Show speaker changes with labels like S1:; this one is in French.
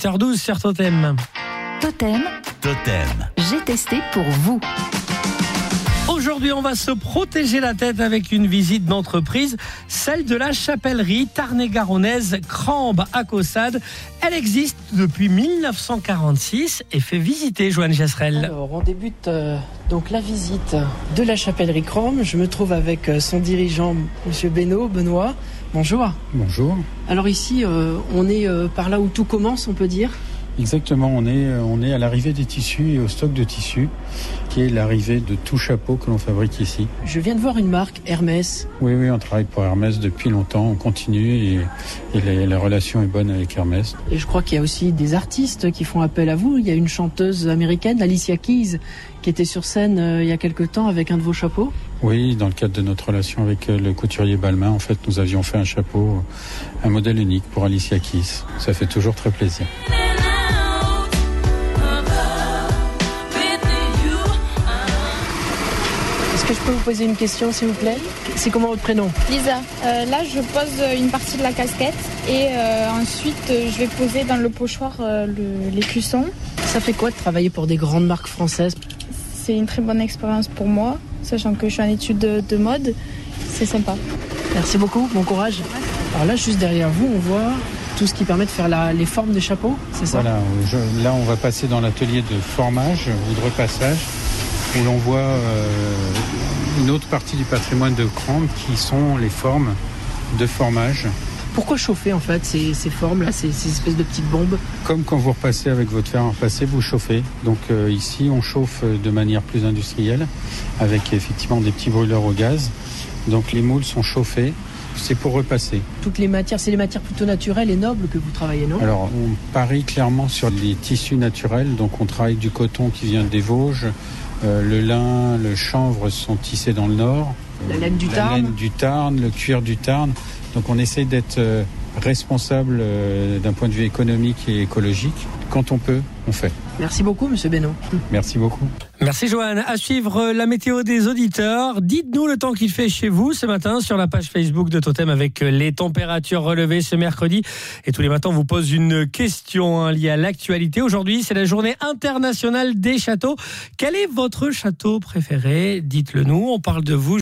S1: 8h12 sur Totem.
S2: Totem,
S3: Totem.
S2: j'ai testé pour vous.
S1: Aujourd'hui, on va se protéger la tête avec une visite d'entreprise, celle de la chapellerie tarn-et-garonnaise Crambe à Caussade. Elle existe depuis 1946 et fait visiter Joanne Gesserel.
S4: Alors, on débute euh, donc la visite de la chapellerie Crom. Je me trouve avec euh, son dirigeant, Monsieur Benoît. Benoît, bonjour.
S5: Bonjour.
S4: Alors ici, euh, on est euh, par là où tout commence, on peut dire.
S5: Exactement, on est, euh, on est à l'arrivée des tissus et au stock de tissus, qui est l'arrivée de tout chapeau que l'on fabrique ici.
S4: Je viens de voir une marque, Hermès.
S5: Oui, oui, on travaille pour Hermès depuis longtemps, on continue et, et la, la relation est bonne avec Hermès.
S4: Et je crois qu'il y a aussi des artistes qui font appel à vous. Il y a une chanteuse américaine, Alicia Keys, qui était sur scène euh, il y a quelque temps avec un de vos chapeaux.
S5: Oui, dans le cadre de notre relation avec euh, le couturier Balmain, en fait, nous avions fait un chapeau, un modèle unique pour Alicia Keys. Ça fait toujours très plaisir.
S4: Est-ce que je peux vous poser une question, s'il vous plaît C'est comment votre prénom
S6: Lisa, euh, là je pose euh, une partie de la casquette et euh, ensuite euh, je vais poser dans le pochoir euh, le- les cuissons.
S4: Ça fait quoi de travailler pour des grandes marques françaises
S6: C'est une très bonne expérience pour moi, sachant que je suis en étude de, de mode. C'est sympa.
S4: Merci beaucoup, bon courage. Alors là, juste derrière vous, on voit tout ce qui permet de faire la- les formes des chapeaux, c'est ça
S5: Voilà, je- là on va passer dans l'atelier de formage ou de repassage où l'on voit euh, une autre partie du patrimoine de Crambe qui sont les formes de formage.
S4: Pourquoi chauffer en fait ces, ces formes là, ces, ces espèces de petites bombes
S5: Comme quand vous repassez avec votre fer à repasser, vous chauffez. Donc euh, ici on chauffe de manière plus industrielle avec effectivement des petits brûleurs au gaz. Donc les moules sont chauffés. C'est pour repasser.
S4: Toutes les matières, c'est les matières plutôt naturelles et nobles que vous travaillez, non
S5: Alors, on parie clairement sur les tissus naturels. Donc, on travaille du coton qui vient des Vosges. Euh, le lin, le chanvre sont tissés dans le Nord.
S4: La laine du Tarn.
S5: laine du Tarn, le cuir du Tarn. Donc, on essaye d'être euh, responsable euh, d'un point de vue économique et écologique. Quand on peut, on fait.
S4: Merci beaucoup, monsieur Benoît.
S5: Merci beaucoup.
S1: Merci Joanne. À suivre euh, la météo des auditeurs. Dites-nous le temps qu'il fait chez vous ce matin sur la page Facebook de Totem avec euh, les températures relevées ce mercredi. Et tous les matins, on vous pose une question hein, liée à l'actualité. Aujourd'hui, c'est la journée internationale des châteaux. Quel est votre château préféré Dites-le nous. On parle de vous.